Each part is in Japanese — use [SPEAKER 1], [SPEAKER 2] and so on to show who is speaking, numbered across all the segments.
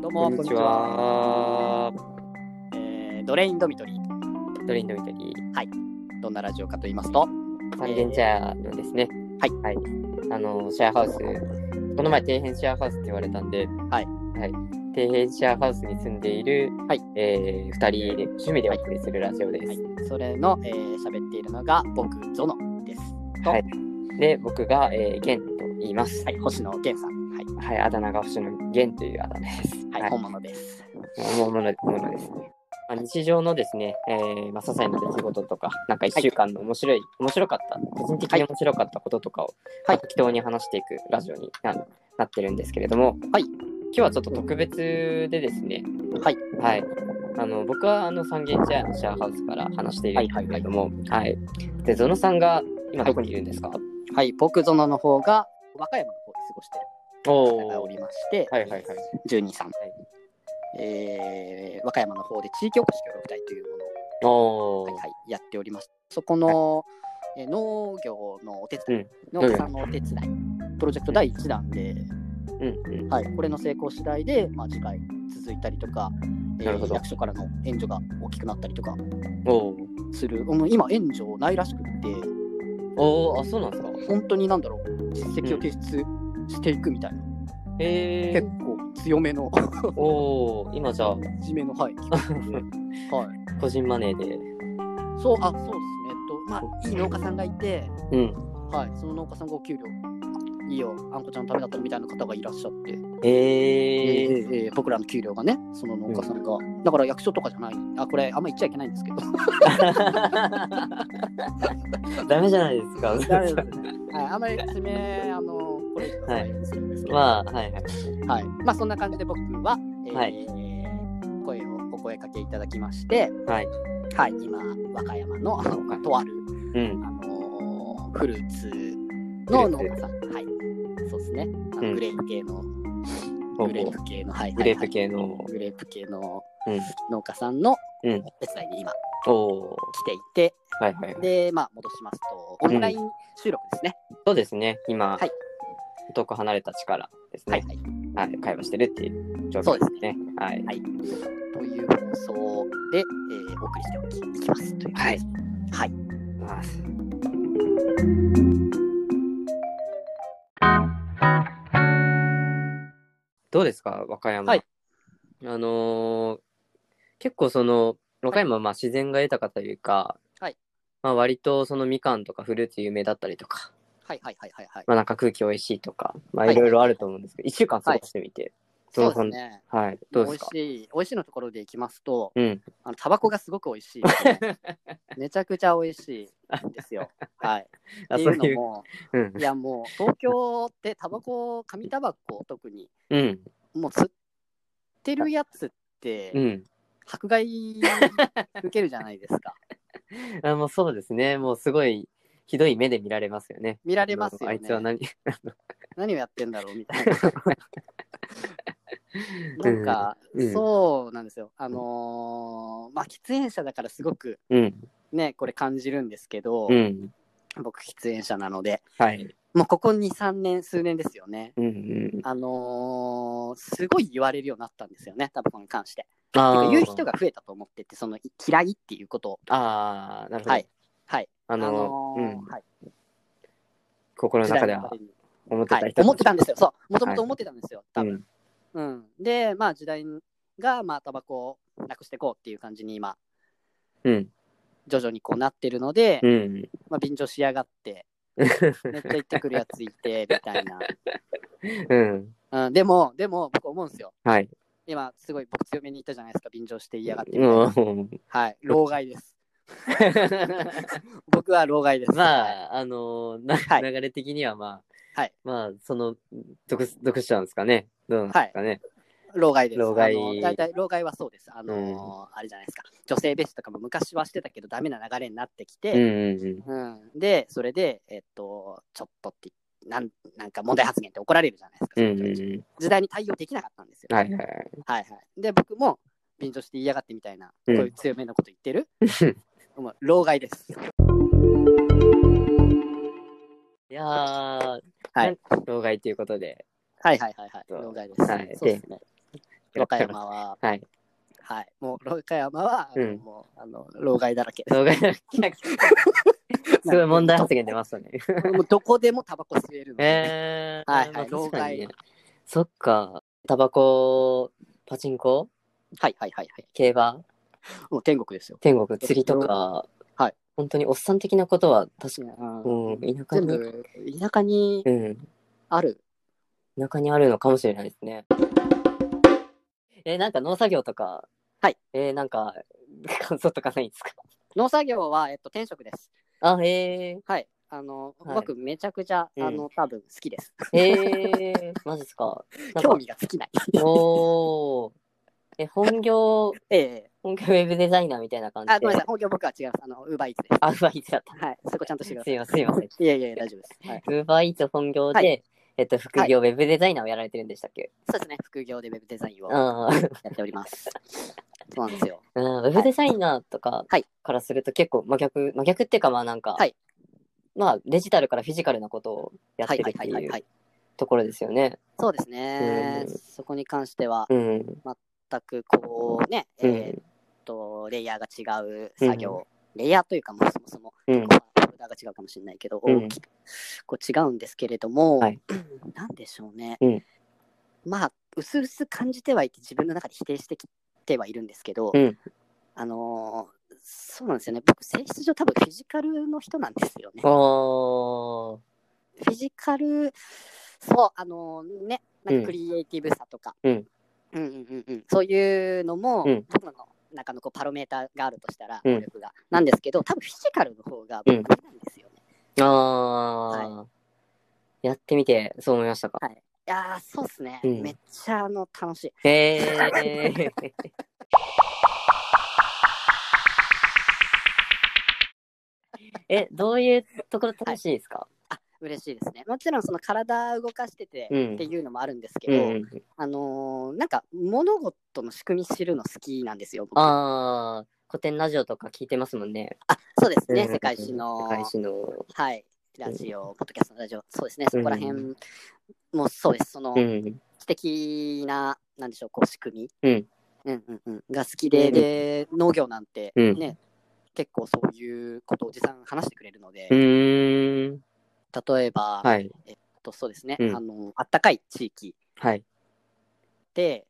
[SPEAKER 1] どうも
[SPEAKER 2] こんにち。は。
[SPEAKER 1] えードレインドミトリー。
[SPEAKER 2] ドリンドミトリー、
[SPEAKER 1] どんなラジオかと言いますと、
[SPEAKER 2] 三軒茶屋のですね。
[SPEAKER 1] はい。
[SPEAKER 2] はい。あの、シェアハウス、この前、底辺シェアハウスって言われたんで、
[SPEAKER 1] はい。
[SPEAKER 2] はい。底辺シェアハウスに住んでいる、
[SPEAKER 1] はい。
[SPEAKER 2] えー、二人で趣味でお送りするラジオです。
[SPEAKER 1] はい、それの、えー、喋っているのが僕、ゾノです。と、
[SPEAKER 2] は
[SPEAKER 1] はいい、
[SPEAKER 2] で、僕が、えー、ゲンと言います。
[SPEAKER 1] 星野源さん。はい、
[SPEAKER 2] はい。あだ名が星野ゲンというあだ名です。
[SPEAKER 1] はい、
[SPEAKER 2] はい
[SPEAKER 1] 本物です。
[SPEAKER 2] ものものですね。まあ、日常のですね、えーまあ、些細な出来事とか、なんか1週間の面白い、面白かった、個人的に面白かったこととかを、
[SPEAKER 1] はい
[SPEAKER 2] まあ適当に話していくラジオにななってるんですけれども、
[SPEAKER 1] はい
[SPEAKER 2] 今日はちょっと特別でですね、
[SPEAKER 1] はい、
[SPEAKER 2] はい、あの僕はあの三軒茶屋のシェアハウスから話しているんですけれども、はいで、ゾノさんが今どこにいるんですか、
[SPEAKER 1] はい、僕、ゾノの方が、和歌山の方で過ごして
[SPEAKER 2] お
[SPEAKER 1] る方がおりまして、
[SPEAKER 2] はいはいはい。
[SPEAKER 1] 12さん、えー和歌山の方で地域おこし協力隊というものを
[SPEAKER 2] お
[SPEAKER 1] はい
[SPEAKER 2] ー
[SPEAKER 1] はい、やっております。そこの、えー農業のお手伝い、
[SPEAKER 2] ん
[SPEAKER 1] 農家さんのお手伝い、プロジェクト第1弾で、
[SPEAKER 2] うんうん。
[SPEAKER 1] はい、これの成功次第で、まあ、次回続いたりとか、えー
[SPEAKER 2] なるほど
[SPEAKER 1] 役所からの援助が大きくなったりとか
[SPEAKER 2] おー
[SPEAKER 1] する、うん今、援助ないらしくって、
[SPEAKER 2] おーあ、そうなんですか。
[SPEAKER 1] 本当になんだろう、実績を提出していくみたいな、
[SPEAKER 2] えー
[SPEAKER 1] 結、構強めの、
[SPEAKER 2] おお、今じゃあ、
[SPEAKER 1] 地めの、 はい、はい、
[SPEAKER 2] 個人マネーで。
[SPEAKER 1] そう、あ、そうですね、えっと、まあ、いい農家さんがいて、
[SPEAKER 2] うん。
[SPEAKER 1] はい、その農家さんがお給料いいよ、あんこちゃんのためだったらみたいな方がいらっしゃって、え
[SPEAKER 2] ええー。
[SPEAKER 1] ーえー僕らの給料がね、その農家さんが、だから役所とかじゃない、あ、これあんま言っちゃいけないんですけど、
[SPEAKER 2] ダメじゃないですか。
[SPEAKER 1] ダメですねはい、あんまり説明、あの、これ以上はないんですけど、
[SPEAKER 2] まあ、はいはい。
[SPEAKER 1] はい、まあそんな感じで僕は、えー
[SPEAKER 2] は
[SPEAKER 1] 声をお声かけいただきまして、
[SPEAKER 2] はい。
[SPEAKER 1] はい、今、和歌山のあのとある、
[SPEAKER 2] うん。
[SPEAKER 1] あのーフルーツの農家さん、はい、そうですね、あの
[SPEAKER 2] うん
[SPEAKER 1] グレープ系の、
[SPEAKER 2] ほうほう
[SPEAKER 1] グレープ系の、はい、
[SPEAKER 2] グレープ系の
[SPEAKER 1] はいはいグレープ系の
[SPEAKER 2] うん
[SPEAKER 1] 農家さんのお
[SPEAKER 2] う
[SPEAKER 1] 手
[SPEAKER 2] ん
[SPEAKER 1] 伝いに今
[SPEAKER 2] おお
[SPEAKER 1] 来ていて、
[SPEAKER 2] ー。はいはいはい。
[SPEAKER 1] で、まあ、戻しますと、オンライン収録ですね。
[SPEAKER 2] そうですね。今、
[SPEAKER 1] はい
[SPEAKER 2] 遠く離れた力です
[SPEAKER 1] はい
[SPEAKER 2] ね。
[SPEAKER 1] はい。
[SPEAKER 2] はい。会話してるっていう状況ですね。はい。
[SPEAKER 1] はい。という放送で、えーお送りしておきいきますという。
[SPEAKER 2] はい。
[SPEAKER 1] はい。
[SPEAKER 2] まあどうですか、和歌山。
[SPEAKER 1] はい
[SPEAKER 2] あのー結構その、和歌山はまあ自然が豊かというか、
[SPEAKER 1] はい
[SPEAKER 2] まあ、割とそのみかんとかフルーツ有名だったりとか、
[SPEAKER 1] はいはいはいはいはい。
[SPEAKER 2] まあ、なんか空気おいしいとか、まあ、
[SPEAKER 1] はい
[SPEAKER 2] いろいろあると思うんですけど、一1週間過ごしてみて、
[SPEAKER 1] そうですね。
[SPEAKER 2] はい、どう
[SPEAKER 1] 美
[SPEAKER 2] で
[SPEAKER 1] 味
[SPEAKER 2] すか
[SPEAKER 1] しい、美味しいのところでいきますと、
[SPEAKER 2] うん、
[SPEAKER 1] あのタバコがすごく美味 しいですね、めちゃくちゃ美味しいんです よ。はい。っ
[SPEAKER 2] あ
[SPEAKER 1] て
[SPEAKER 2] そ
[SPEAKER 1] いううの
[SPEAKER 2] いう、
[SPEAKER 1] も、
[SPEAKER 2] うん
[SPEAKER 1] い、やもう東京ってタバコ、紙タバコ特に、
[SPEAKER 2] うん、
[SPEAKER 1] もう吸ってるやつって、
[SPEAKER 2] うん、
[SPEAKER 1] 迫害受けるじゃないですか。
[SPEAKER 2] あもうそうですね、もうすごいひどい目で見られますよね。
[SPEAKER 1] 見られますよね
[SPEAKER 2] あいつ は何
[SPEAKER 1] 何をやってんだろうみ たいな。なんか、
[SPEAKER 2] うん
[SPEAKER 1] そうなんですよ。あのーまあ喫煙者だからすごく
[SPEAKER 2] うん、
[SPEAKER 1] ねこれ感じるんですけど、
[SPEAKER 2] うん、
[SPEAKER 1] 僕喫煙者なので
[SPEAKER 2] はい、
[SPEAKER 1] もうここ23年数年ですよね。
[SPEAKER 2] うん、うん。
[SPEAKER 1] あのーすごい言われるようになったんですよねタバコに関して。て
[SPEAKER 2] あ
[SPEAKER 1] か
[SPEAKER 2] ー
[SPEAKER 1] 言う人が増えたと思っててそのい嫌いっていうことを。
[SPEAKER 2] あー、なるほど。
[SPEAKER 1] はい。はい。
[SPEAKER 2] あの、
[SPEAKER 1] ー
[SPEAKER 2] うん、
[SPEAKER 1] はい。
[SPEAKER 2] 心の中では
[SPEAKER 1] 時代の流
[SPEAKER 2] 思って
[SPEAKER 1] れに
[SPEAKER 2] た
[SPEAKER 1] はい
[SPEAKER 2] 人、
[SPEAKER 1] 思ってたんですよ。そう。もと
[SPEAKER 2] は
[SPEAKER 1] も
[SPEAKER 2] い
[SPEAKER 1] と思ってたんですよ。
[SPEAKER 2] う
[SPEAKER 1] 多分
[SPEAKER 2] ん、
[SPEAKER 1] うん、で、まあ、時代が、まあ、タバコをなくしていこうっていう感じに今、
[SPEAKER 2] うん、
[SPEAKER 1] 徐々にこうなってるので、
[SPEAKER 2] うん。
[SPEAKER 1] まあ、便乗しやが って、めっちゃ行ってくるやついて、みたい
[SPEAKER 2] うん、
[SPEAKER 1] な。うん、でも、でも、僕思うんですよ。
[SPEAKER 2] はい。
[SPEAKER 1] 今、すごい僕強めに言ったじゃないですか、便乗していやがってみたいな。
[SPEAKER 2] もう
[SPEAKER 1] はい、老害です。 僕は老害です。はい、
[SPEAKER 2] まあ、あのーな
[SPEAKER 1] はい
[SPEAKER 2] 流れ的にはまあ、
[SPEAKER 1] はい
[SPEAKER 2] まあ、その、毒す、毒しちゃうんですかね。どうなんですかね。
[SPEAKER 1] 老害です。
[SPEAKER 2] 老害
[SPEAKER 1] あの大体、老害はそうです。あのーあれじゃないですか。女性蔑視とかも昔はしてたけど、ダメな流れになってきて、
[SPEAKER 2] うん、うん、うん。
[SPEAKER 1] うん、で、それで、えっと、ちょっとってなん、なんか問題発言って怒られるじゃないですか、そ
[SPEAKER 2] うん
[SPEAKER 1] の人た
[SPEAKER 2] うん
[SPEAKER 1] ち
[SPEAKER 2] う
[SPEAKER 1] 時代に対応できなかったんですよ。
[SPEAKER 2] ん。はいはい。
[SPEAKER 1] はいはいで、僕も、便乗して言いやがってみたいな、こ
[SPEAKER 2] う
[SPEAKER 1] うんい う強めのこと言ってる、もう老害です。
[SPEAKER 2] いやー、
[SPEAKER 1] はい。
[SPEAKER 2] 老害ということで、
[SPEAKER 1] はいはいはいはい。
[SPEAKER 2] そう
[SPEAKER 1] 老害です。
[SPEAKER 2] はい
[SPEAKER 1] そうですね。和歌 山は、
[SPEAKER 2] はい。
[SPEAKER 1] はい。もう和歌山は、
[SPEAKER 2] うん
[SPEAKER 1] もう、あの、老害だらけで
[SPEAKER 2] 老 害のきなすごい 問題発言出ましたね。
[SPEAKER 1] す。 もうどこでもタバコ吸えるので。
[SPEAKER 2] えー、
[SPEAKER 1] はいはい
[SPEAKER 2] まあ
[SPEAKER 1] 老害。
[SPEAKER 2] 確かにねそっか、タバコ、パチンコ、
[SPEAKER 1] はいはいはいはい。
[SPEAKER 2] 競馬、
[SPEAKER 1] もう天国ですよ。
[SPEAKER 2] 天国、釣りとか、
[SPEAKER 1] はい。
[SPEAKER 2] 本当におっさん的なことは、確か
[SPEAKER 1] う
[SPEAKER 2] うんん、田舎
[SPEAKER 1] 全
[SPEAKER 2] に、
[SPEAKER 1] 部、田舎に
[SPEAKER 2] うん、
[SPEAKER 1] ある。
[SPEAKER 2] 田舎にあるのかもしれないですね。えーなんか農作業とか、
[SPEAKER 1] はい。
[SPEAKER 2] えーなんか、感想とかないんですか
[SPEAKER 1] 農作業は、えっと、転職です。
[SPEAKER 2] あ、え
[SPEAKER 1] はい。あの、
[SPEAKER 2] はい
[SPEAKER 1] 僕、めちゃくちゃ、
[SPEAKER 2] うん
[SPEAKER 1] あの、多分好き です。
[SPEAKER 2] ー、え ー、マジっすか。なん
[SPEAKER 1] 興
[SPEAKER 2] か、
[SPEAKER 1] 味が尽きない。
[SPEAKER 2] おー。え、本業、
[SPEAKER 1] ええ
[SPEAKER 2] 本業ウェブデザイナーみたいな感じで。
[SPEAKER 1] あ、ごめんなさい。本業僕は違います。あの、ウーバーイーツです。
[SPEAKER 2] あ、ウーバーイーツだっ
[SPEAKER 1] はい。そこちゃんとしてく
[SPEAKER 2] た。
[SPEAKER 1] だ
[SPEAKER 2] す
[SPEAKER 1] さい。
[SPEAKER 2] いません、すいません。
[SPEAKER 1] いやいやいや、大丈夫です。はい。
[SPEAKER 2] ウーバーイーツ本業で、
[SPEAKER 1] はい
[SPEAKER 2] えっと、副業、ウェブデザイナーをやられてるんでしたっけ
[SPEAKER 1] そうですね。副業でウェブデザインをや
[SPEAKER 2] あー
[SPEAKER 1] っております。そうなんですよ。
[SPEAKER 2] うん、ウェブデザイナーとか
[SPEAKER 1] はい
[SPEAKER 2] からすると結構真逆、真逆っていうかまあなんか、
[SPEAKER 1] はい
[SPEAKER 2] まあデジタルからフィジカルなことを やっ
[SPEAKER 1] は
[SPEAKER 2] て
[SPEAKER 1] いは
[SPEAKER 2] る
[SPEAKER 1] い
[SPEAKER 2] っ
[SPEAKER 1] は
[SPEAKER 2] て
[SPEAKER 1] いはいい、は
[SPEAKER 2] う
[SPEAKER 1] い。
[SPEAKER 2] ところですよね。
[SPEAKER 1] そうですね
[SPEAKER 2] うん。
[SPEAKER 1] そこに関しては、
[SPEAKER 2] うん。
[SPEAKER 1] 全くこうね、
[SPEAKER 2] う
[SPEAKER 1] えー
[SPEAKER 2] ん
[SPEAKER 1] っと、レイヤーが違う作業、レイヤーというか、もうそもそも、
[SPEAKER 2] う
[SPEAKER 1] ま
[SPEAKER 2] ん。
[SPEAKER 1] あフォルダが違うかもしれないけど、
[SPEAKER 2] うん
[SPEAKER 1] 大きくこう違うんですけれども、
[SPEAKER 2] はい
[SPEAKER 1] なんでしょうね、
[SPEAKER 2] うん
[SPEAKER 1] まあうすうす感じてはいて自分の中で否定してきてはいるんですけど、
[SPEAKER 2] うん
[SPEAKER 1] あのーそうなんですよね僕性質上多分フィジカルの人なんですよね。
[SPEAKER 2] おー。
[SPEAKER 1] フィジカル、そう、あのね、なん
[SPEAKER 2] うん
[SPEAKER 1] かクリエイティブさとか、
[SPEAKER 2] うん
[SPEAKER 1] うんうんうんうんそういうのも、
[SPEAKER 2] うん
[SPEAKER 1] 僕の中のこうパロメーターがあるとしたら、
[SPEAKER 2] うん
[SPEAKER 1] 能力が、なんですけど、多分フィジカルの方が僕なんですよね。
[SPEAKER 2] あー、やってみて、そう思いましたか、
[SPEAKER 1] はいいやー、そうっすね、
[SPEAKER 2] うん
[SPEAKER 1] めっちゃあの楽しい。
[SPEAKER 2] えー。え、どういうところ楽しいですか、
[SPEAKER 1] あ嬉しいですね。もちろんその体動かしてて
[SPEAKER 2] うん
[SPEAKER 1] っていうのもあるんですけ
[SPEAKER 2] う
[SPEAKER 1] ど、
[SPEAKER 2] ん。
[SPEAKER 1] あのーなんか物事の仕組み知るの好きなんですよ、僕
[SPEAKER 2] ああ、古典ラジオとか聞いてますもんね。
[SPEAKER 1] あそうですね、
[SPEAKER 2] うん
[SPEAKER 1] 世界史の
[SPEAKER 2] 世界史の。
[SPEAKER 1] はい、ラジオ、ポッドキャストのラジオ、そうですね、そこら辺、
[SPEAKER 2] う
[SPEAKER 1] もうそうです、その
[SPEAKER 2] うん。
[SPEAKER 1] 知的な、なんでしょう、こう仕組み、
[SPEAKER 2] うん
[SPEAKER 1] うんうんうん、が好きで、
[SPEAKER 2] うん
[SPEAKER 1] で、農業なんて
[SPEAKER 2] う
[SPEAKER 1] ね、
[SPEAKER 2] ん
[SPEAKER 1] 結構そういうことをおじさん話してくれるので、
[SPEAKER 2] うーん。
[SPEAKER 1] 例えば、
[SPEAKER 2] はい。
[SPEAKER 1] とそうですね、
[SPEAKER 2] うん
[SPEAKER 1] あの、あったかい地域
[SPEAKER 2] はい。
[SPEAKER 1] で、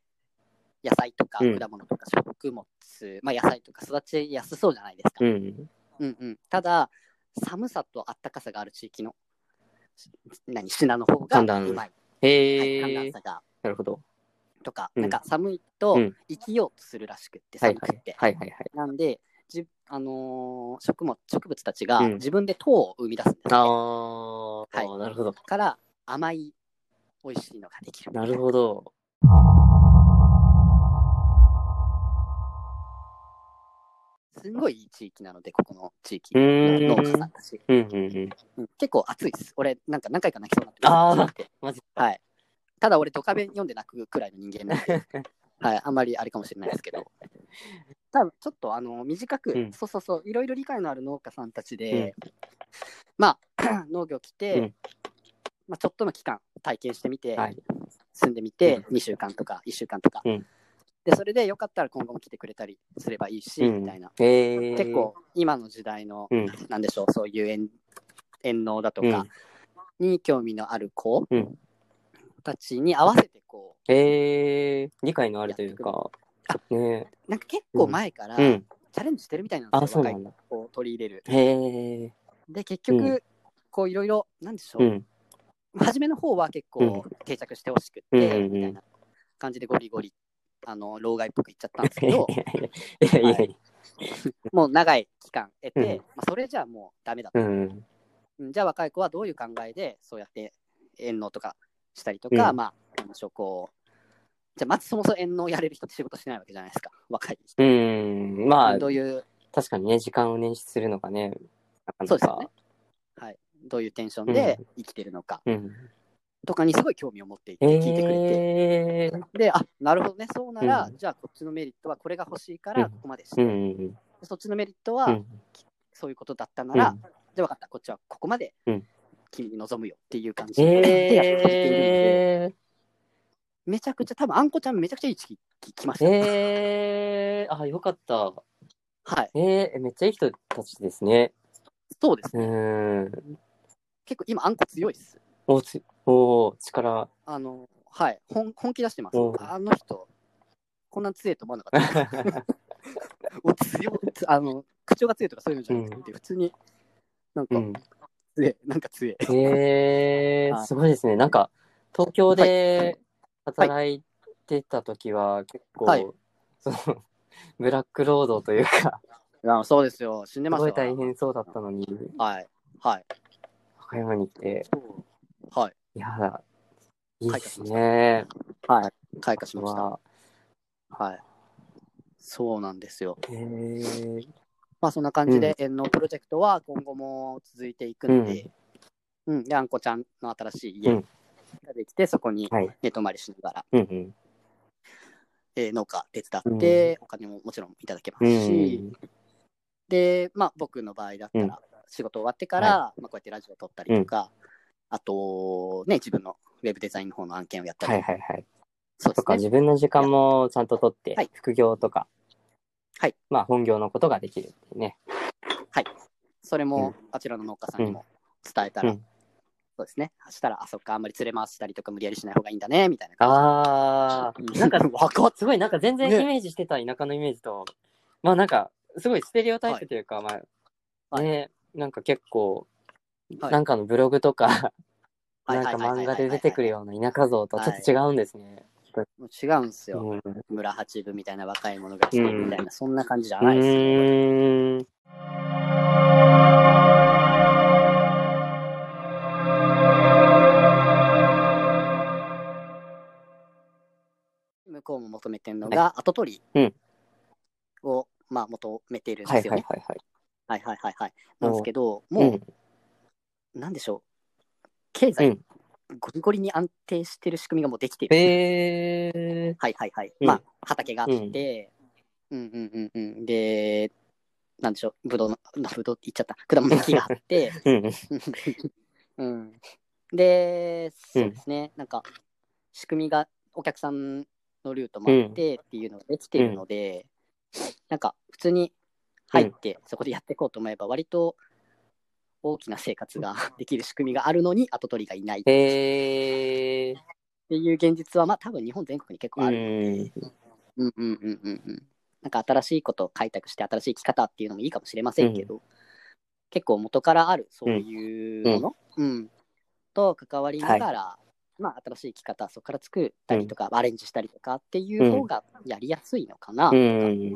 [SPEAKER 1] 野菜とか
[SPEAKER 2] うん
[SPEAKER 1] 果物とか食物、まあ野菜とか育ちやすそうじゃないですか。
[SPEAKER 2] うん。
[SPEAKER 1] うんうん、ただ寒さと暖かさがある地域のし何品の方が
[SPEAKER 2] 寒
[SPEAKER 1] うまい、
[SPEAKER 2] 暖
[SPEAKER 1] はい、寒
[SPEAKER 2] へ
[SPEAKER 1] 暖
[SPEAKER 2] え。
[SPEAKER 1] 差が
[SPEAKER 2] なるほど。
[SPEAKER 1] とか、
[SPEAKER 2] うん
[SPEAKER 1] なんか寒いと
[SPEAKER 2] うん
[SPEAKER 1] 生きようとするらしくって
[SPEAKER 2] はい
[SPEAKER 1] 寒
[SPEAKER 2] は
[SPEAKER 1] くっ
[SPEAKER 2] い
[SPEAKER 1] て、。
[SPEAKER 2] はいはいはい。
[SPEAKER 1] なんでじ、あのー食物植物たちが
[SPEAKER 2] うん
[SPEAKER 1] 自分で糖を生み出すんですね、
[SPEAKER 2] あ
[SPEAKER 1] だ
[SPEAKER 2] あ、
[SPEAKER 1] はい
[SPEAKER 2] なるほど。
[SPEAKER 1] から甘い美味しいのができる
[SPEAKER 2] なるほど。
[SPEAKER 1] すんごいいい地域なのでここの地域
[SPEAKER 2] うーん
[SPEAKER 1] の農家さんたち、
[SPEAKER 2] うんうんうん。
[SPEAKER 1] うん結構暑いです俺なんか何回か泣きそうになって
[SPEAKER 2] あー
[SPEAKER 1] 暑く て
[SPEAKER 2] マジ
[SPEAKER 1] はい。ただ俺、ドカベン読んで泣くくらいの人間なん で、はい、あんまりあれかもしれないですけど。多分ちょっとあの短く、
[SPEAKER 2] うん
[SPEAKER 1] そうそうそう、いろいろ理解のある農家さんたちで、まあ、 農業来て、
[SPEAKER 2] うん
[SPEAKER 1] まあ、ちょっとの期間体験してみて、
[SPEAKER 2] はい
[SPEAKER 1] 住んでみて、2週間とか1週間とか、
[SPEAKER 2] うん
[SPEAKER 1] で、それでよかったら今後も来てくれたりすればいいし、
[SPEAKER 2] うん
[SPEAKER 1] みたいな。
[SPEAKER 2] へえ。
[SPEAKER 1] 結構、今の時代の、
[SPEAKER 2] うん。
[SPEAKER 1] なんでしょう、そういう遠遠農だと
[SPEAKER 2] う
[SPEAKER 1] か
[SPEAKER 2] ん。
[SPEAKER 1] に興味のある子
[SPEAKER 2] うん
[SPEAKER 1] たちに合わせて、こう、
[SPEAKER 2] へえ。理解のあるというか。ね
[SPEAKER 1] なんか結構前から
[SPEAKER 2] え。う
[SPEAKER 1] チ
[SPEAKER 2] ん。
[SPEAKER 1] ャレンジしてるみたいなん
[SPEAKER 2] あ、
[SPEAKER 1] ですよ、
[SPEAKER 2] そうな
[SPEAKER 1] 若い
[SPEAKER 2] んだ。
[SPEAKER 1] 子を取り入れる。
[SPEAKER 2] へえ。
[SPEAKER 1] で、結局、
[SPEAKER 2] う
[SPEAKER 1] こういろいろ、なんでしょう、
[SPEAKER 2] うん。
[SPEAKER 1] 初めの方は結構定着してほしく
[SPEAKER 2] うん
[SPEAKER 1] て、
[SPEAKER 2] うんうん、
[SPEAKER 1] みたいな感じでゴリゴリ、あの、老害っぽく言っちゃったんですけど
[SPEAKER 2] いやいやいやいや。
[SPEAKER 1] もう長い期間得て、
[SPEAKER 2] うん
[SPEAKER 1] まあ、それじゃあもうダメだと、
[SPEAKER 2] うん。
[SPEAKER 1] うんじゃあ若い子はどういう考えで、そうやって遠納とかしたりとか、
[SPEAKER 2] うん
[SPEAKER 1] まあ、なんでしょう、こう、じゃあまずそもそも遠納やれる人って仕事してないわけじゃないですか、 若い人。
[SPEAKER 2] うん。まあ、
[SPEAKER 1] どういう、
[SPEAKER 2] 確かにね、時間を捻出するのがね、な
[SPEAKER 1] そう
[SPEAKER 2] かな
[SPEAKER 1] ですよね
[SPEAKER 2] か。
[SPEAKER 1] はい、どういうテンションで生きてるのか。
[SPEAKER 2] うん。
[SPEAKER 1] とかにすごい興味を持っていて
[SPEAKER 2] え
[SPEAKER 1] 聞いてくれて、
[SPEAKER 2] えー。
[SPEAKER 1] であなるほどねそうなら、
[SPEAKER 2] うん
[SPEAKER 1] じゃあこっちのメリットはこれが欲しいから
[SPEAKER 2] うん
[SPEAKER 1] ここまでし
[SPEAKER 2] う
[SPEAKER 1] て、
[SPEAKER 2] ん。
[SPEAKER 1] そっちのメリットは、
[SPEAKER 2] うん
[SPEAKER 1] そういうことだったなら、
[SPEAKER 2] うん
[SPEAKER 1] じゃあ分かった、こっちはここまで
[SPEAKER 2] うん
[SPEAKER 1] 君に望むよっていう感じでやっているので、
[SPEAKER 2] え
[SPEAKER 1] めちゃくちゃ、多分あんこちゃんめちゃくちゃいい時期来まし
[SPEAKER 2] ー、
[SPEAKER 1] た。
[SPEAKER 2] えー、あ、よかった。
[SPEAKER 1] はい、
[SPEAKER 2] えー、めっちゃいい人たちですね。
[SPEAKER 1] そうです。
[SPEAKER 2] うーん。
[SPEAKER 1] 結構今、あんこ強いです。
[SPEAKER 2] おつ、おー力。
[SPEAKER 1] あの、はい、本本気出してます
[SPEAKER 2] うん。
[SPEAKER 1] あの人、こんな強いと思わな かった。お強いつあの、口調が強いとかそういうのじゃなくて、普通に、なん
[SPEAKER 2] う
[SPEAKER 1] か
[SPEAKER 2] ん。
[SPEAKER 1] 強い、なんか強い。
[SPEAKER 2] え
[SPEAKER 1] は
[SPEAKER 2] ー、
[SPEAKER 1] い
[SPEAKER 2] すごいですね。なんか、東京で働いてた時は、結構、
[SPEAKER 1] はい
[SPEAKER 2] その、 ブラック労働という か、
[SPEAKER 1] あそうですよ、死んですまし
[SPEAKER 2] ごい
[SPEAKER 1] た
[SPEAKER 2] 大変そうだったのに、
[SPEAKER 1] はい、はい。
[SPEAKER 2] 和歌山に来て、
[SPEAKER 1] はい、
[SPEAKER 2] いやだ、いいですね。
[SPEAKER 1] はい、開花しました。
[SPEAKER 2] は、
[SPEAKER 1] はい。そうなんですよ。
[SPEAKER 2] えー、
[SPEAKER 1] まあそんな感じで、縁のプロジェクトは今後も続いていくので、うん、で、あんこちゃんの新しい家
[SPEAKER 2] うん
[SPEAKER 1] ができて、そこに
[SPEAKER 2] はい。
[SPEAKER 1] 寝泊まりしながら、
[SPEAKER 2] うんうん。
[SPEAKER 1] えー農家手伝って、お金ももちろんいただけま
[SPEAKER 2] う
[SPEAKER 1] すし、
[SPEAKER 2] ん、
[SPEAKER 1] で、まあ、僕の場合だったら、
[SPEAKER 2] うん
[SPEAKER 1] 仕事終わってから、まあ、こうやってラジオ撮ったりとか、あと、ね、自分のウェブデザインの方の案件をやったり、
[SPEAKER 2] はいはいはい。
[SPEAKER 1] そう
[SPEAKER 2] とか、
[SPEAKER 1] ですね。
[SPEAKER 2] 自分の時間もちゃんと取って、
[SPEAKER 1] はい
[SPEAKER 2] 副業とか、
[SPEAKER 1] はい。
[SPEAKER 2] まあ、本業のことができるっていうね。
[SPEAKER 1] それも、あちらの農家さんにも伝えたら、
[SPEAKER 2] うん
[SPEAKER 1] そうですね。そしたら、あそっか、あんまり連れ回したりとか、無理やりしない方がいいんだね、みたいな感
[SPEAKER 2] あ
[SPEAKER 1] じ。
[SPEAKER 2] ー、なんか、
[SPEAKER 1] わかっ
[SPEAKER 2] すごい、なんか全然
[SPEAKER 1] ね
[SPEAKER 2] イメージしてた田舎のイメージと、まあなんか、すごいステレオタイプというか、まあ、
[SPEAKER 1] はい
[SPEAKER 2] ね、なんか結構、
[SPEAKER 1] はい
[SPEAKER 2] なんかのブログとか、
[SPEAKER 1] はい
[SPEAKER 2] なんか漫画で出てくるような田舎像とちょっと違うんですね。
[SPEAKER 1] もう違うんですよ。
[SPEAKER 2] うん
[SPEAKER 1] 村八分みたいな若い者が来てみたいな、そんな感じじゃ
[SPEAKER 2] う
[SPEAKER 1] ないですよ。
[SPEAKER 2] ーん。
[SPEAKER 1] 向こうも求めてるのが後取
[SPEAKER 2] うん
[SPEAKER 1] りを、まあ、求めているん
[SPEAKER 2] は
[SPEAKER 1] で
[SPEAKER 2] い
[SPEAKER 1] す
[SPEAKER 2] はいは
[SPEAKER 1] よ
[SPEAKER 2] い
[SPEAKER 1] ね。
[SPEAKER 2] はい。
[SPEAKER 1] はいはいはいはい。なんですけど、
[SPEAKER 2] う
[SPEAKER 1] も
[SPEAKER 2] ん。
[SPEAKER 1] う、なんでしょう、経
[SPEAKER 2] う
[SPEAKER 1] 済
[SPEAKER 2] ん、
[SPEAKER 1] ゴリゴリに安定してる仕組みがもうできている。
[SPEAKER 2] えー。
[SPEAKER 1] はいはいはい。
[SPEAKER 2] うん
[SPEAKER 1] まあ、畑があって、うんうんうんうん。で、なんでしょう、ぶどうの、 ぶどうって言っちゃった、果物の木があって、
[SPEAKER 2] うん。
[SPEAKER 1] うん、で、そうですね、なんか、仕組みがお客さんのルートもあってっていうのができているので、なんか、普通に入って、そこでやっていこうと思えば、割と大きな生活ができる仕組みがあるのに、後取りがいないって
[SPEAKER 2] えー。
[SPEAKER 1] いう現実は、まあ、多分日本全国に結構あ
[SPEAKER 2] う
[SPEAKER 1] る。
[SPEAKER 2] ん。
[SPEAKER 1] うんうんうんうんうん。なんか、新しいことを開拓して、新しい生き方っていうのもいいかもしれませんけど、結構元からある、そういうもの。うんと関わりながら、まあ、新しい生き方そこから作ったりとか、アレンジしたりとかっていう方がやりやすいのかな、
[SPEAKER 2] うん。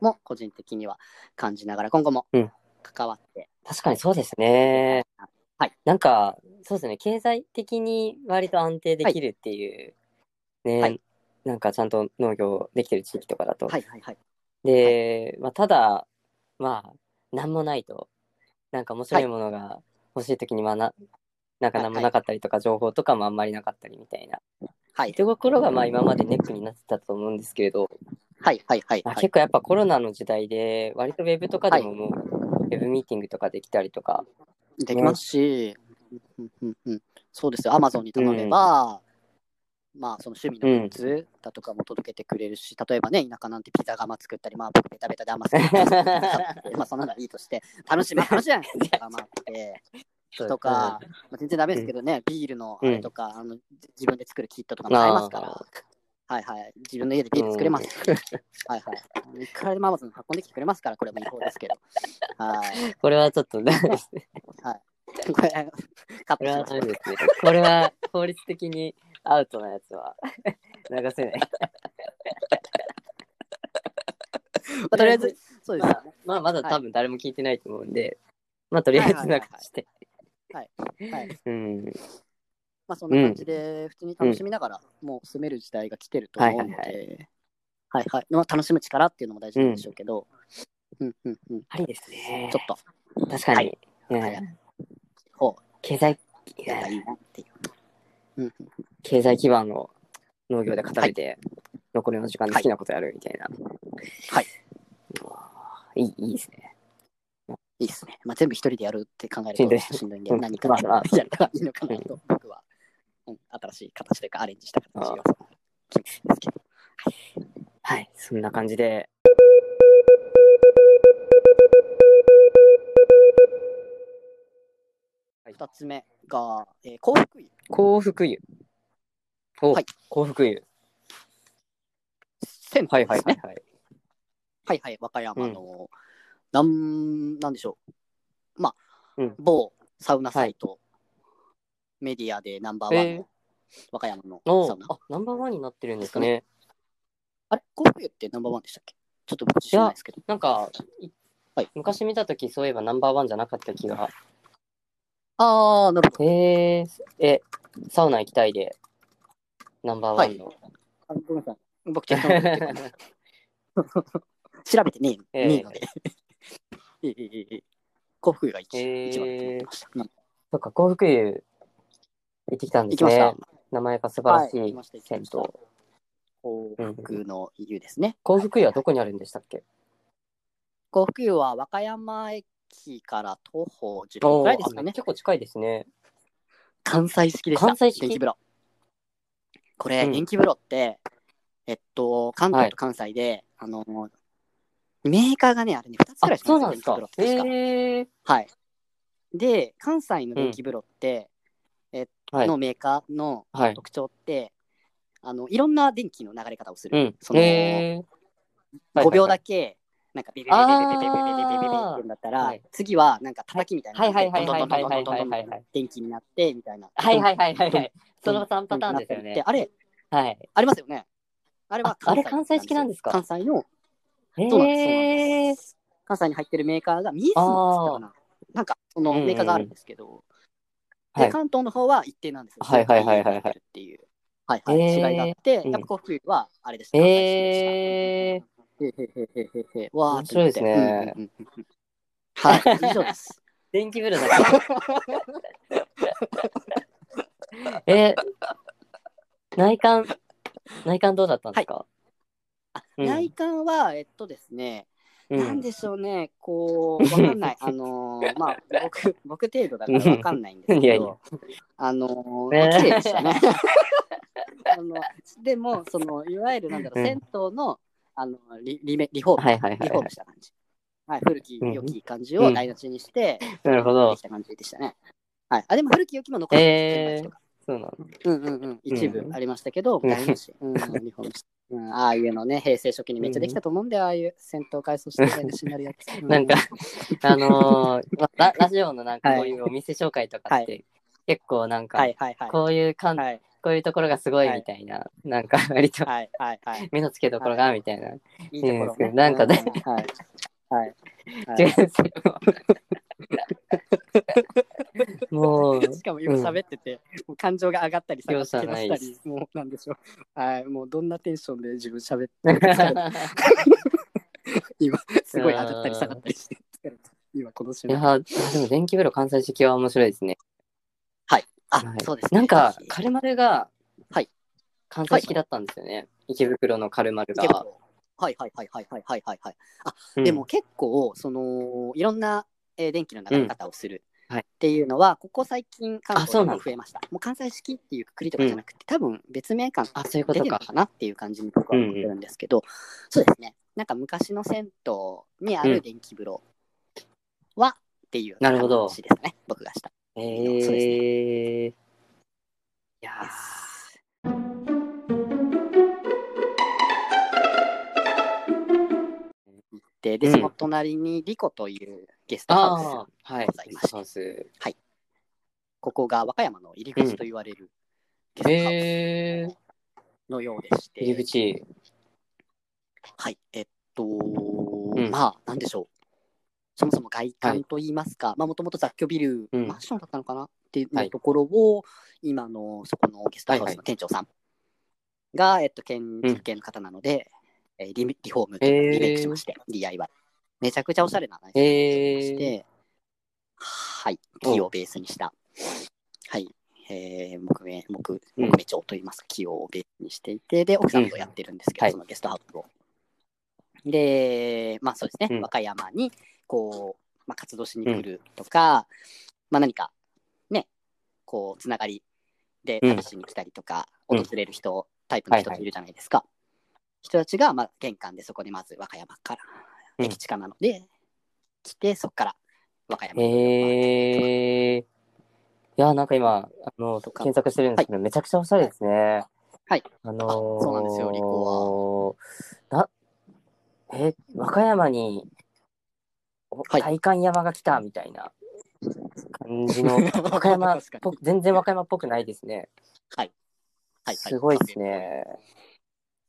[SPEAKER 1] も個人的には感じながら今後も
[SPEAKER 2] うん
[SPEAKER 1] 関わって、
[SPEAKER 2] 確かにそうですね。
[SPEAKER 1] はい。
[SPEAKER 2] なんか、そうですね。経済的に割と安定できるっていう、ね、
[SPEAKER 1] はい
[SPEAKER 2] なんかちゃんと農業できてる地域とかだと。
[SPEAKER 1] はいはいはい
[SPEAKER 2] で、まあ、ただ、まあ、なんもないと、なんか面白いものが欲しいときに、まあな、なんか
[SPEAKER 1] はい
[SPEAKER 2] なんもなかったりとか、情報とかもあんまりなかったりみたいな。
[SPEAKER 1] はい
[SPEAKER 2] ところが、まあ今までネックになってたと思うんですけれど、
[SPEAKER 1] はいはいはい
[SPEAKER 2] まあ、
[SPEAKER 1] はい
[SPEAKER 2] 結構やっぱコロナの時代で、割とウェブとかでももう、ウェブミーティングとかできたりとか、
[SPEAKER 1] できますし、うんうんうん、そうですよアマゾンに頼めば、まあその趣味のグッズだとかも届けてくれるし、例えばね田舎なんてピザ窯作ったりまあ僕ベタベタであんま好きじゃない ですけどまあそんなのはいいとして楽 しみ楽しいじゃないですかピザ窯って。とか、まあ、全然ダメですけどね、ビールのあれとか、あのじ自分で作るキットとかも買えますから、はいはい、自分の家でビール作れます。はいはい。いくらでもアマゾン運んできてくれますから、これも違法ですけど。はい。
[SPEAKER 2] これはちょっ とね、
[SPEAKER 1] これ、カッ
[SPEAKER 2] こ
[SPEAKER 1] トし
[SPEAKER 2] れは
[SPEAKER 1] まし
[SPEAKER 2] ダ
[SPEAKER 1] ょ
[SPEAKER 2] メ
[SPEAKER 1] う
[SPEAKER 2] ですね。これは法律的にアウトなやつは 流せない。
[SPEAKER 1] まあとりあえず、そうです
[SPEAKER 2] ま
[SPEAKER 1] よ
[SPEAKER 2] あ、 まあ、まだ多分誰も聞いてないと思うんで、まあとりあえずなくして。
[SPEAKER 1] ね。はい。
[SPEAKER 2] うん。
[SPEAKER 1] まあ、そんな感じで、普通に楽しみながら、もう住める時代が来てると思うので、
[SPEAKER 2] はいは
[SPEAKER 1] はいはい。まあ楽しむ力っていうのも大事なんでしょうけど、うんうんうん。
[SPEAKER 2] ありですね
[SPEAKER 1] ちょっと、
[SPEAKER 2] 確かに。うん
[SPEAKER 1] はいこう、
[SPEAKER 2] 経済、い
[SPEAKER 1] や
[SPEAKER 2] や
[SPEAKER 1] ればいいなっていう。うんうん、
[SPEAKER 2] 経済基盤を農業で固めて、残りの時間で好きなことやるみたいな。
[SPEAKER 1] はい。
[SPEAKER 2] うわいい、いいですね。
[SPEAKER 1] いいですね。まあ、全部一人でやるって考えるとしんどいんで、
[SPEAKER 2] うん
[SPEAKER 1] 何かね
[SPEAKER 2] まあまあ
[SPEAKER 1] やればいいのかなと、僕は、うん、新しい形というか、アレンジした形を
[SPEAKER 2] あ
[SPEAKER 1] 決めてるんですけど。
[SPEAKER 2] はい、そんな感じで。はい
[SPEAKER 1] 2つ目が、えー、幸福湯。
[SPEAKER 2] 幸福湯。お、
[SPEAKER 1] はい
[SPEAKER 2] 幸福湯。
[SPEAKER 1] 銭湯ですね。
[SPEAKER 2] はいはいはいはい。
[SPEAKER 1] はいはい、和歌山の、なん、なんでしょう。まあ、
[SPEAKER 2] うん
[SPEAKER 1] 某サウナサイト、メディアでナンバーワンの、
[SPEAKER 2] えー
[SPEAKER 1] 和歌山の
[SPEAKER 2] お
[SPEAKER 1] サウナ。
[SPEAKER 2] あ、ナンバーワンになってるんですかね。
[SPEAKER 1] あれ幸福湯ってナンバーワンでしたっけちょっと僕知らないですけど。
[SPEAKER 2] なんか、い
[SPEAKER 1] はい
[SPEAKER 2] 昔見たとき、そういえばナンバーワンじゃなかった気が。
[SPEAKER 1] あー、なるほど。
[SPEAKER 2] えー、え、サウナ行きたいで、ナンバーワンの。
[SPEAKER 1] あごめんなさい。僕ちょっと待って 調べてねえ、
[SPEAKER 2] えー
[SPEAKER 1] ねえので。 いいいいいい幸福湯が一,、
[SPEAKER 2] えー
[SPEAKER 1] 一番と思ってました。うん
[SPEAKER 2] そっか、幸福湯、行ってきたんで
[SPEAKER 1] 行
[SPEAKER 2] す
[SPEAKER 1] きました
[SPEAKER 2] ね。。名前が素晴らし
[SPEAKER 1] はい
[SPEAKER 2] い
[SPEAKER 1] 行きました行き
[SPEAKER 2] 銭
[SPEAKER 1] ま
[SPEAKER 2] 湯。
[SPEAKER 1] した幸
[SPEAKER 2] うん
[SPEAKER 1] 福の湯ですね。
[SPEAKER 2] 幸福湯はどこにあるんでしたっけ
[SPEAKER 1] 幸福湯は和歌山駅から徒歩10分
[SPEAKER 2] お
[SPEAKER 1] く
[SPEAKER 2] ー
[SPEAKER 1] らいですか
[SPEAKER 2] あ
[SPEAKER 1] ね
[SPEAKER 2] めっ。ちゃこう近いですね。
[SPEAKER 1] 関西式でした。
[SPEAKER 2] 関西式
[SPEAKER 1] 電気風呂。これ、
[SPEAKER 2] うん
[SPEAKER 1] 電気風呂って、えっと、関東と関西で、あの、メーカーがね、あれね、2つく
[SPEAKER 2] あ
[SPEAKER 1] らい、しか
[SPEAKER 2] そう
[SPEAKER 1] な
[SPEAKER 2] ないん
[SPEAKER 1] で
[SPEAKER 2] です
[SPEAKER 1] すよ電
[SPEAKER 2] か
[SPEAKER 1] 気。
[SPEAKER 2] え
[SPEAKER 1] 風呂って確か
[SPEAKER 2] ー、
[SPEAKER 1] はい。で、関西の電気風呂って、
[SPEAKER 2] はい
[SPEAKER 1] の。メーカーの
[SPEAKER 2] はい。
[SPEAKER 1] 特徴って、あの、いろんな電気の流れ方をす
[SPEAKER 2] う
[SPEAKER 1] る。
[SPEAKER 2] ん。
[SPEAKER 1] その
[SPEAKER 2] えー、
[SPEAKER 1] 5秒だ
[SPEAKER 2] け。
[SPEAKER 1] け、なんかビビビビビビビビビビビビビってなったら、次はなんか叩きみたいな。どんどんどんどんどんどんどん電気になって、みたいな。
[SPEAKER 2] はいはいはいはいはい。その3パターンですよね。
[SPEAKER 1] あれ、
[SPEAKER 2] はい。
[SPEAKER 1] ありますよね。あれは
[SPEAKER 2] ああれ関西式なんですか
[SPEAKER 1] 関西の、
[SPEAKER 2] え
[SPEAKER 1] そうなんですそうなん
[SPEAKER 2] ー
[SPEAKER 1] で、す。関西に入ってるメーカーが、ミースのったかな。なんか、そのメーカーがあるんですけど、
[SPEAKER 2] は
[SPEAKER 1] で
[SPEAKER 2] い。
[SPEAKER 1] 関東の方は一定なんですよ。
[SPEAKER 2] はいはいはいはいはい
[SPEAKER 1] やってるっていう。はいはい。
[SPEAKER 2] えー
[SPEAKER 1] 違いがあって、やっぱ幸福湯はあれですね。
[SPEAKER 2] え
[SPEAKER 1] へへへへへへ。わー
[SPEAKER 2] 面白いですね
[SPEAKER 1] うんうんうんうんはい、以上です。
[SPEAKER 2] 電気風呂だけ。 え内観、内観どうだったんですか、
[SPEAKER 1] あ
[SPEAKER 2] うん
[SPEAKER 1] 内観は、えっとですね、
[SPEAKER 2] う
[SPEAKER 1] なん
[SPEAKER 2] ん。
[SPEAKER 1] でしょうね、こう、わかんない。あのー、まあ、僕、僕程度だからわかんないんです
[SPEAKER 2] いや
[SPEAKER 1] け
[SPEAKER 2] いや
[SPEAKER 1] ど、あのー、
[SPEAKER 2] ね
[SPEAKER 1] 綺麗でしたね。あのでも、その、いわゆる、なんだろう、
[SPEAKER 2] うん
[SPEAKER 1] 銭湯の、あの、リリメリフォーム、
[SPEAKER 2] はいはいは
[SPEAKER 1] リ
[SPEAKER 2] い
[SPEAKER 1] フォー
[SPEAKER 2] はい
[SPEAKER 1] ム。した感じ。はい、古き良き感じ
[SPEAKER 2] う
[SPEAKER 1] を
[SPEAKER 2] ん
[SPEAKER 1] 台無しにして、
[SPEAKER 2] なるほ
[SPEAKER 1] で
[SPEAKER 2] ど
[SPEAKER 1] き。た感じでしたね。はい、あでも古き良きも残って
[SPEAKER 2] えー
[SPEAKER 1] ます
[SPEAKER 2] そうなの。
[SPEAKER 1] うんうんうん、一部ありましたけど、
[SPEAKER 2] うん
[SPEAKER 1] 台無し。うん、日本史うん、ああいうのね、平成初期にめっちゃできたと思うんだよ、ああいう戦闘改装して台無しになるやつ。 う
[SPEAKER 2] なんか、あの ーまラ、ラジオのなんかこういうお店紹介とかっ
[SPEAKER 1] は
[SPEAKER 2] て、結構なんか、
[SPEAKER 1] はいはいはい。
[SPEAKER 2] こういう感、
[SPEAKER 1] はい
[SPEAKER 2] こういうところがすごいみたいな、なんか割と
[SPEAKER 1] はいはいはい。
[SPEAKER 2] 目の付けどころがみたいな。
[SPEAKER 1] いいところね、
[SPEAKER 2] いいですねなんかね
[SPEAKER 1] うんはい。はい。
[SPEAKER 2] 違
[SPEAKER 1] は
[SPEAKER 2] うんですよ。 もう、
[SPEAKER 1] い、しかも今喋ってて、もう感情が上がったり下がった
[SPEAKER 2] 容赦
[SPEAKER 1] り
[SPEAKER 2] な
[SPEAKER 1] 下
[SPEAKER 2] い
[SPEAKER 1] がったり、もうなんでしょう。はい、もうどんなテンションで自分喋ってるか
[SPEAKER 2] い
[SPEAKER 1] 今、すごい上がったり下がったりして、疲れた今この瞬間。
[SPEAKER 2] や、でも電気風呂関西式は面白いですね。
[SPEAKER 1] あ
[SPEAKER 2] はい、
[SPEAKER 1] そうですね。
[SPEAKER 2] なんか
[SPEAKER 1] ぜ、ひ
[SPEAKER 2] カルマルが、
[SPEAKER 1] はい
[SPEAKER 2] 関西式だったんですよね。池袋のカルマル
[SPEAKER 1] 池
[SPEAKER 2] が。
[SPEAKER 1] 袋はいはいはいはいはいはいはいはい。
[SPEAKER 2] うん
[SPEAKER 1] でも、結構そのいろんな、えー電気の流れ方をする
[SPEAKER 2] うんはい
[SPEAKER 1] っていうのは、ここ最近関
[SPEAKER 2] あそう
[SPEAKER 1] 東で
[SPEAKER 2] なん
[SPEAKER 1] も
[SPEAKER 2] だ
[SPEAKER 1] 増えました。もう関西式っていうくくりとかじゃなくて、多分別名感
[SPEAKER 2] あ、そういうこ
[SPEAKER 1] 出てる
[SPEAKER 2] と
[SPEAKER 1] の
[SPEAKER 2] か。
[SPEAKER 1] かなっていう感じに僕は思ってるんですけど、そうですね。なんか昔の銭湯にあ
[SPEAKER 2] うん
[SPEAKER 1] る電気風呂は、っていう
[SPEAKER 2] なるほど
[SPEAKER 1] 話ですね。僕がした。
[SPEAKER 2] え
[SPEAKER 1] そうです
[SPEAKER 2] ー。いやー
[SPEAKER 1] で、で
[SPEAKER 2] うん
[SPEAKER 1] その隣にリコというゲストハウス
[SPEAKER 2] ああ、はい
[SPEAKER 1] ございま。す
[SPEAKER 2] そうです。
[SPEAKER 1] ここが和歌山の入り口と言われるゲストハウス
[SPEAKER 2] えー。
[SPEAKER 1] のようでして、
[SPEAKER 2] 入り口。
[SPEAKER 1] はい、えっと、
[SPEAKER 2] ん
[SPEAKER 1] まあ、なんでしょう。そもそも外観といいますか、まあ、もともと雑居ビル、
[SPEAKER 2] うん
[SPEAKER 1] マンションだったのかなってい
[SPEAKER 2] は
[SPEAKER 1] う
[SPEAKER 2] い
[SPEAKER 1] ところを、今のそこのゲストハウスの店長さんが、えっと、建築系の方なので、えーリメリフォーム、
[SPEAKER 2] へー
[SPEAKER 1] リメイクしまして、DIY。めちゃくちゃおしゃれな内装をしてまして、はい、木をベースにした、はい、えー、木目、木、
[SPEAKER 2] うん
[SPEAKER 1] 木目調といいますか、木をベースにしていて、で、奥さんとやってるんですけど、
[SPEAKER 2] はい
[SPEAKER 1] そのゲストハウスを。で、まあそうですね、
[SPEAKER 2] うん
[SPEAKER 1] 和歌山にこう、まあ、活動しに来るとか、まあ何かね、こう、つながりで
[SPEAKER 2] うん
[SPEAKER 1] 旅しに来たりとか、
[SPEAKER 2] うん
[SPEAKER 1] 訪れる人、タイプの人
[SPEAKER 2] は
[SPEAKER 1] っ
[SPEAKER 2] いはい
[SPEAKER 1] ているじゃないですか。人たちが、まあ、玄関でそこでまず和歌山から、
[SPEAKER 2] うん
[SPEAKER 1] 駅近なので、来て、そこから和歌山
[SPEAKER 2] へえー。いや、なんか今、あの、
[SPEAKER 1] とか
[SPEAKER 2] 検索してるんですけど、めちゃくちゃおしゃれですね。
[SPEAKER 1] はい。
[SPEAKER 2] あのー、
[SPEAKER 1] あそうなんですよリコ
[SPEAKER 2] は。な、え、和歌山に、お
[SPEAKER 1] はい
[SPEAKER 2] 大観山が来たみたいな感じ の、和歌山っ
[SPEAKER 1] 確かに
[SPEAKER 2] ぽく、全然和歌山っぽくないですね。
[SPEAKER 1] はい
[SPEAKER 2] すごいです。ね。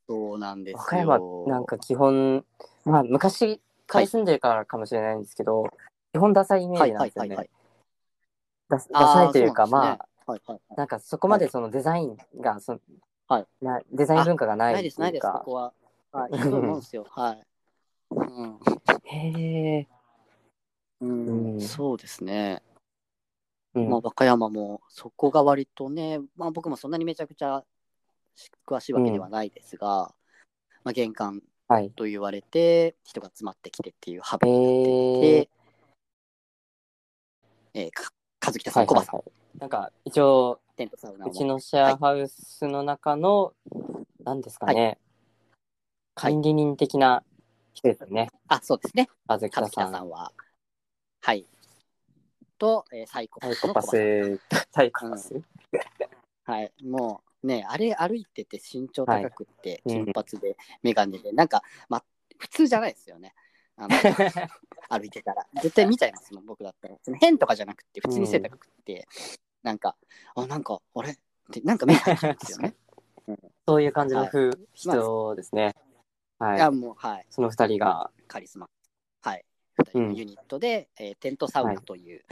[SPEAKER 1] そうなんですよ。
[SPEAKER 2] 和歌山なんか基本、まあ昔から住んでるからかもしれないんですけど、基本ダサいイメー
[SPEAKER 1] は
[SPEAKER 2] ジ
[SPEAKER 1] い
[SPEAKER 2] な
[SPEAKER 1] は
[SPEAKER 2] んで
[SPEAKER 1] い
[SPEAKER 2] すよ
[SPEAKER 1] は
[SPEAKER 2] ね
[SPEAKER 1] い。はい。
[SPEAKER 2] ダサ
[SPEAKER 1] あー
[SPEAKER 2] ダサいというか
[SPEAKER 1] そうなんですね
[SPEAKER 2] まあ
[SPEAKER 1] はいはいはい
[SPEAKER 2] なんかそこまでそのデザインがそ、
[SPEAKER 1] はい
[SPEAKER 2] なデザイン文化がない
[SPEAKER 1] ないです、ない
[SPEAKER 2] と
[SPEAKER 1] で
[SPEAKER 2] いう
[SPEAKER 1] す、こ
[SPEAKER 2] か
[SPEAKER 1] こは。 はい、そう思うんですよ。はい。うん。
[SPEAKER 2] へえ、
[SPEAKER 1] うん
[SPEAKER 2] うん
[SPEAKER 1] そうですね、
[SPEAKER 2] うん
[SPEAKER 1] まあ、和歌山もそこが割とね、まあ、僕もそんなにめちゃくちゃ詳しいわけではないですが、まあ、玄関
[SPEAKER 2] はい
[SPEAKER 1] と言われて人が集まってきてっていうハブ
[SPEAKER 2] へ
[SPEAKER 1] になって
[SPEAKER 2] え
[SPEAKER 1] いて、えーか和樹田さん、コバさん、
[SPEAKER 2] んなんか一応
[SPEAKER 1] テントサウナ
[SPEAKER 2] う
[SPEAKER 1] も
[SPEAKER 2] ちのシェアハウスの中の何、なんですかね、
[SPEAKER 1] はい
[SPEAKER 2] 管理人的な人ですよね
[SPEAKER 1] あそうですね、
[SPEAKER 2] あずき
[SPEAKER 1] 和
[SPEAKER 2] た
[SPEAKER 1] 樹田
[SPEAKER 2] さ
[SPEAKER 1] さ
[SPEAKER 2] ん
[SPEAKER 1] んは。はい。と、えーサイコ
[SPEAKER 2] サ
[SPEAKER 1] パ
[SPEAKER 2] イ
[SPEAKER 1] スのコ
[SPEAKER 2] コ
[SPEAKER 1] バ
[SPEAKER 2] パ
[SPEAKER 1] さん。
[SPEAKER 2] スサイコパス、
[SPEAKER 1] はい、もうね、あれ歩いてて身長高くって、
[SPEAKER 2] はいうん
[SPEAKER 1] 金髪で、眼鏡で、なんか、ま、普通じゃないですよね。 あの歩いてたら。絶対見ちゃいますもん、僕だったら。その変とかじゃなくて、普通に背高くって、なんか、あ、なんか、あれって、なんか 目入っちゃうんですよね。
[SPEAKER 2] そういう感じの
[SPEAKER 1] はい
[SPEAKER 2] 風、人ですねはいい、
[SPEAKER 1] や、もう、はい、
[SPEAKER 2] その二人が
[SPEAKER 1] カリスマ。はい、2人のユニットで、えーテントサウナという、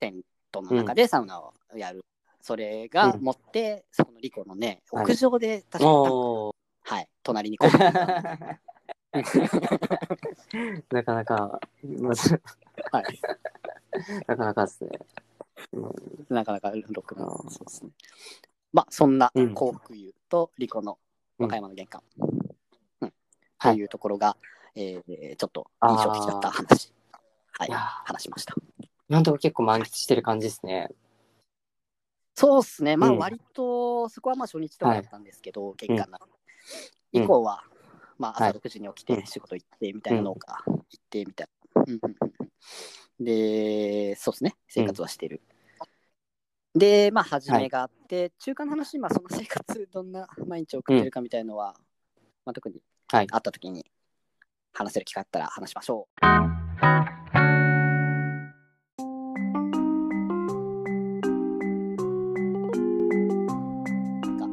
[SPEAKER 1] テントの中でサウナをやる。それが持って、そのリコのね、
[SPEAKER 2] はい
[SPEAKER 1] 屋上で、確かに、
[SPEAKER 2] おー
[SPEAKER 1] はい、隣 にコンビニがあって
[SPEAKER 2] なかなか、まず、
[SPEAKER 1] はい。
[SPEAKER 2] なかなかですね。
[SPEAKER 1] なかなか6
[SPEAKER 2] あ
[SPEAKER 1] 万。
[SPEAKER 2] ー
[SPEAKER 1] そうですね。まあ、そんな
[SPEAKER 2] うん
[SPEAKER 1] 幸福湯とリコの和歌山の玄関。うん。
[SPEAKER 2] は
[SPEAKER 1] と
[SPEAKER 2] い
[SPEAKER 1] いうところが、えーちょっと印象的だった話。はい
[SPEAKER 2] いやー。
[SPEAKER 1] 話しました。
[SPEAKER 2] 今のところ結構満喫してる感じですね。
[SPEAKER 1] そうですね。まあ、
[SPEAKER 2] うん
[SPEAKER 1] 割と、そこはまあ初日とかだったんですけど、玄関な
[SPEAKER 2] うん
[SPEAKER 1] 以降は、まあ、
[SPEAKER 2] はい
[SPEAKER 1] 朝6時に起きて
[SPEAKER 2] うん
[SPEAKER 1] 仕事行ってみたいな農家行ってみたいな。うんうんうんうんで、そうですね、生活はしてる。で、まあ、始めがあって、中間の話、まあ、その生活、どんな毎日送ってるかみたいのは、まあ、特に
[SPEAKER 2] はい
[SPEAKER 1] 会った時に話せる機会あったら話しましょう。なんか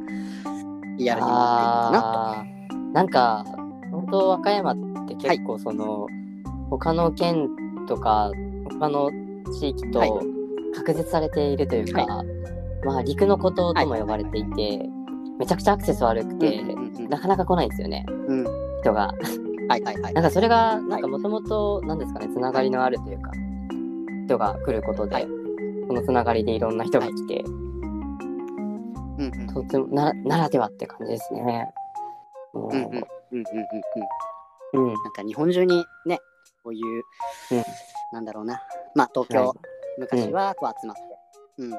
[SPEAKER 1] リアルになっていいのかなと。
[SPEAKER 2] あーなんか、本当和歌山って結構その、他の県とか、他の地域
[SPEAKER 1] はい
[SPEAKER 2] と隔絶されているというか、
[SPEAKER 1] は
[SPEAKER 2] まあ陸の孤島とも呼ばれていて、めちゃくちゃアクセス悪くて、
[SPEAKER 1] うんうんうん
[SPEAKER 2] なかなか来ないんですよね、
[SPEAKER 1] うん
[SPEAKER 2] 人が。
[SPEAKER 1] はいはいはい。
[SPEAKER 2] なんかそれが、なんかもともと、なんですかね、つながりのあるというか、人が来ることで、
[SPEAKER 1] はい
[SPEAKER 2] このつながりでいろんな人が来て、
[SPEAKER 1] うんうん
[SPEAKER 2] とてもなならではって感じですね。も
[SPEAKER 1] うんうんうんうんうんうん。
[SPEAKER 2] うん、うん、
[SPEAKER 1] なんか日本中にね、こういう、
[SPEAKER 2] うん
[SPEAKER 1] なんだろうな、まあ東京、昔はこう集まって、うん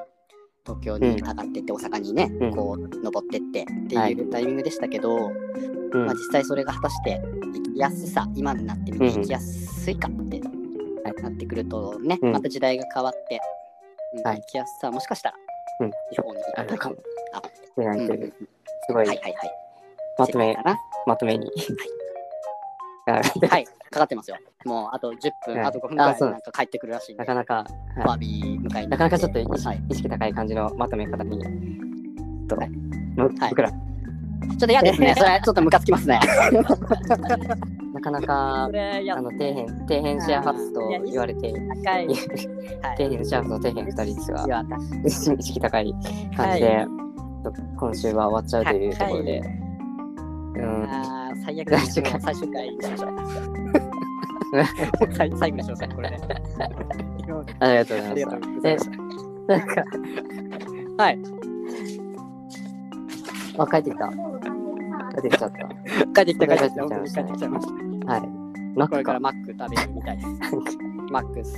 [SPEAKER 1] 東京に上がってって、大阪にね、
[SPEAKER 2] うん
[SPEAKER 1] こう登ってってって
[SPEAKER 2] はいいう
[SPEAKER 1] タイミングでしたけど、
[SPEAKER 2] うん
[SPEAKER 1] まあ、実際それが果たして生きやすさ、今になってみて
[SPEAKER 2] うん
[SPEAKER 1] 生きやすいかって
[SPEAKER 2] はい
[SPEAKER 1] なってくるとね、
[SPEAKER 2] うん
[SPEAKER 1] また時代が変わって、うん
[SPEAKER 2] はい
[SPEAKER 1] 生きやすさはもしかしたら、
[SPEAKER 2] うん
[SPEAKER 1] 地方に行
[SPEAKER 2] あ
[SPEAKER 1] った
[SPEAKER 2] る
[SPEAKER 1] り
[SPEAKER 2] かも
[SPEAKER 1] あ
[SPEAKER 2] しれな
[SPEAKER 1] う
[SPEAKER 2] い
[SPEAKER 1] ん
[SPEAKER 2] と
[SPEAKER 1] う
[SPEAKER 2] い
[SPEAKER 1] ん
[SPEAKER 2] う、
[SPEAKER 1] うん
[SPEAKER 2] すご
[SPEAKER 1] は
[SPEAKER 2] い、
[SPEAKER 1] いはいはい。
[SPEAKER 2] まとめ
[SPEAKER 1] 世、界か
[SPEAKER 2] まとめに。な
[SPEAKER 1] なはい、かかってますよ。もうあと10分、
[SPEAKER 2] はい
[SPEAKER 1] あと5分くら
[SPEAKER 2] あ
[SPEAKER 1] い
[SPEAKER 2] そう
[SPEAKER 1] なんか帰ってくるらしいんで
[SPEAKER 2] な。かなか、
[SPEAKER 1] バー
[SPEAKER 2] は
[SPEAKER 1] ビー迎え
[SPEAKER 2] い、
[SPEAKER 1] に
[SPEAKER 2] なかなかちょっと意識,、
[SPEAKER 1] はい、
[SPEAKER 2] 意識高い感じのまとめ方に、ちょっと、
[SPEAKER 1] はい
[SPEAKER 2] 僕僕ら、
[SPEAKER 1] ちょっと嫌ですね。それちょっとムカつきますね。
[SPEAKER 2] なかなか、
[SPEAKER 1] れ
[SPEAKER 2] あの底辺、底辺シェアハウスと言われて、
[SPEAKER 1] 高い。
[SPEAKER 2] 底辺シェアハウスの底辺二人ですが
[SPEAKER 1] い、や
[SPEAKER 2] 意識高い感じで、今週は終わっちゃうというところで、うん、
[SPEAKER 1] あー最悪だ。最終回。最終回にしましょう。もう最最後にしましょう。これね。
[SPEAKER 2] ありがとう
[SPEAKER 1] あ
[SPEAKER 2] ござ
[SPEAKER 1] り
[SPEAKER 2] い
[SPEAKER 1] がと
[SPEAKER 2] ま
[SPEAKER 1] う
[SPEAKER 2] す。
[SPEAKER 1] ござい
[SPEAKER 2] で
[SPEAKER 1] ました。
[SPEAKER 2] なんか、
[SPEAKER 1] はい。
[SPEAKER 2] あ、帰ってきた。帰ってきちゃった。
[SPEAKER 1] 帰ってきた、帰ってき
[SPEAKER 2] 帰ってきちゃいました
[SPEAKER 1] た。帰ってきちゃいました。
[SPEAKER 2] はマッ
[SPEAKER 1] これ
[SPEAKER 2] ク
[SPEAKER 1] か
[SPEAKER 2] から
[SPEAKER 1] マック食べてみたいです。マックス。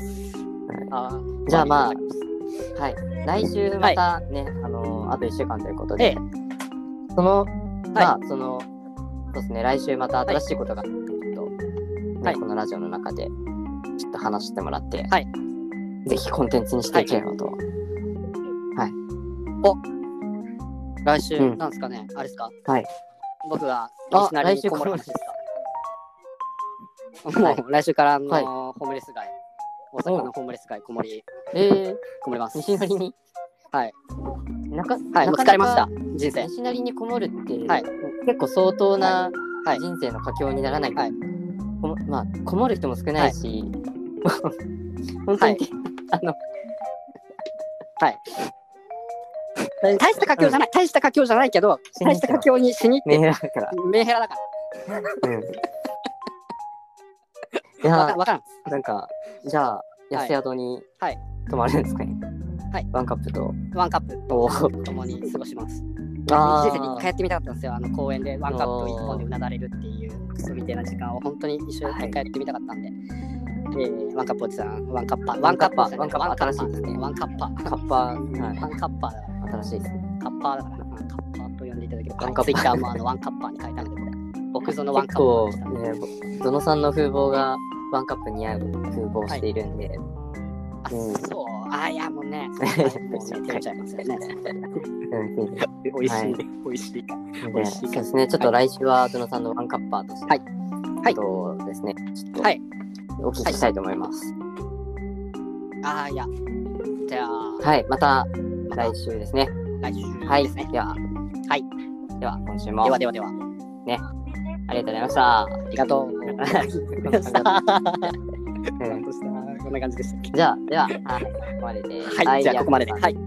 [SPEAKER 1] あー
[SPEAKER 2] じゃあまあ
[SPEAKER 1] ありがとうございます
[SPEAKER 2] はい。来週またね、あのーあと1週間ということで、
[SPEAKER 1] ええ
[SPEAKER 2] その、まあ、その、そうですね、来週また新しいことが、ちょっと、ね
[SPEAKER 1] はい
[SPEAKER 2] このラジオの中で、ちょっと話してもらって、
[SPEAKER 1] はい
[SPEAKER 2] ぜひコンテンツにしていければと。
[SPEAKER 1] 来週、
[SPEAKER 2] うん
[SPEAKER 1] なんですかね、あれですか
[SPEAKER 2] はい。
[SPEAKER 1] 僕が
[SPEAKER 2] あ
[SPEAKER 1] リスナーにこもる話ですか。
[SPEAKER 2] は
[SPEAKER 1] も
[SPEAKER 2] いう
[SPEAKER 1] 来週から、あのー
[SPEAKER 2] はい
[SPEAKER 1] ホームレス街、大阪のホームレス街、こもり、
[SPEAKER 2] えー、
[SPEAKER 1] こもります。
[SPEAKER 2] 西成に、
[SPEAKER 1] はい。
[SPEAKER 2] なか、
[SPEAKER 1] はい、
[SPEAKER 2] な
[SPEAKER 1] もう
[SPEAKER 2] かなか
[SPEAKER 1] 疲れました、人生。
[SPEAKER 2] 西成にこもるって、
[SPEAKER 1] はい
[SPEAKER 2] 結構相当な
[SPEAKER 1] はい
[SPEAKER 2] 人生の佳境にならない、
[SPEAKER 1] はい
[SPEAKER 2] こもまあ、こもる人も少ないし、 本当に、あの、
[SPEAKER 1] はい。大した佳境じゃない、大した佳境じゃないけど、
[SPEAKER 2] 死に
[SPEAKER 1] 大し
[SPEAKER 2] 行った
[SPEAKER 1] た佳境に死に行っ
[SPEAKER 2] ね
[SPEAKER 1] て、
[SPEAKER 2] えだから。
[SPEAKER 1] メンヘラだか
[SPEAKER 2] うん。い
[SPEAKER 1] ら、わか
[SPEAKER 2] や
[SPEAKER 1] わからん。
[SPEAKER 2] なんか、じゃあ、
[SPEAKER 1] い
[SPEAKER 2] 安宿に
[SPEAKER 1] はい
[SPEAKER 2] 泊まるんですかね。
[SPEAKER 1] はい。
[SPEAKER 2] ワンカップと。
[SPEAKER 1] ワンカップ
[SPEAKER 2] おお。
[SPEAKER 1] 共に過ごします。
[SPEAKER 2] あー
[SPEAKER 1] 人生で一回やってみたかったんですよ。あの公園でワンカップ一本でうなだれるっていうクソみたいな時間を本当に一緒に一回やってみたかったんで。えーワンカップおじさん、ワンカッパ、
[SPEAKER 2] ワンカッパ
[SPEAKER 1] ワンカッ
[SPEAKER 2] ワ
[SPEAKER 1] パ
[SPEAKER 2] ンカッパ新しいですね
[SPEAKER 1] ワンカッパ、
[SPEAKER 2] カッパー、
[SPEAKER 1] ワ
[SPEAKER 2] は
[SPEAKER 1] ン
[SPEAKER 2] い、
[SPEAKER 1] カッパだから、
[SPEAKER 2] 新しいですね。
[SPEAKER 1] カッパだから、ワンカッパと呼んでいただければ、
[SPEAKER 2] ワ
[SPEAKER 1] ワ
[SPEAKER 2] ン
[SPEAKER 1] ン
[SPEAKER 2] カ
[SPEAKER 1] カッパ。
[SPEAKER 2] ッパ
[SPEAKER 1] ツイッターもあのワンカッパに書いたので、僕僕ぞのワン
[SPEAKER 2] 結
[SPEAKER 1] カッ
[SPEAKER 2] 構
[SPEAKER 1] パでした、
[SPEAKER 2] ね、ぼゾノさんの風貌がワンカップに合う風貌をしているんで、
[SPEAKER 1] あ、
[SPEAKER 2] うん
[SPEAKER 1] そう、あ、いやもう ね、もうね照れちゃいますよね。
[SPEAKER 2] うん、いいで
[SPEAKER 1] 美味しい、美味しい。
[SPEAKER 2] す
[SPEAKER 1] 美
[SPEAKER 2] ね
[SPEAKER 1] 味しい
[SPEAKER 2] そうですね、ちょっと来週はゾノさんのワンカッパーとして、
[SPEAKER 1] はいはい
[SPEAKER 2] とですね、ちょっと
[SPEAKER 1] はい
[SPEAKER 2] お聞きしたいと思います。
[SPEAKER 1] あ、いや。じゃあ、
[SPEAKER 2] はい、また
[SPEAKER 1] また
[SPEAKER 2] 来週ですね。
[SPEAKER 1] 来週
[SPEAKER 2] はい、
[SPEAKER 1] ですね。
[SPEAKER 2] では、
[SPEAKER 1] はい。
[SPEAKER 2] では、今週も
[SPEAKER 1] ではではでは、
[SPEAKER 2] ありがとうございました。
[SPEAKER 1] ありがとう。
[SPEAKER 2] うん
[SPEAKER 1] こんな感じでしたっけ
[SPEAKER 2] じゃあ、では、はい、ここまでです。
[SPEAKER 1] はい、じゃあここまでで。
[SPEAKER 2] や
[SPEAKER 1] はい、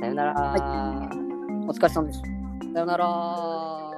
[SPEAKER 2] さよなら。
[SPEAKER 1] お疲れ様です。さよなら。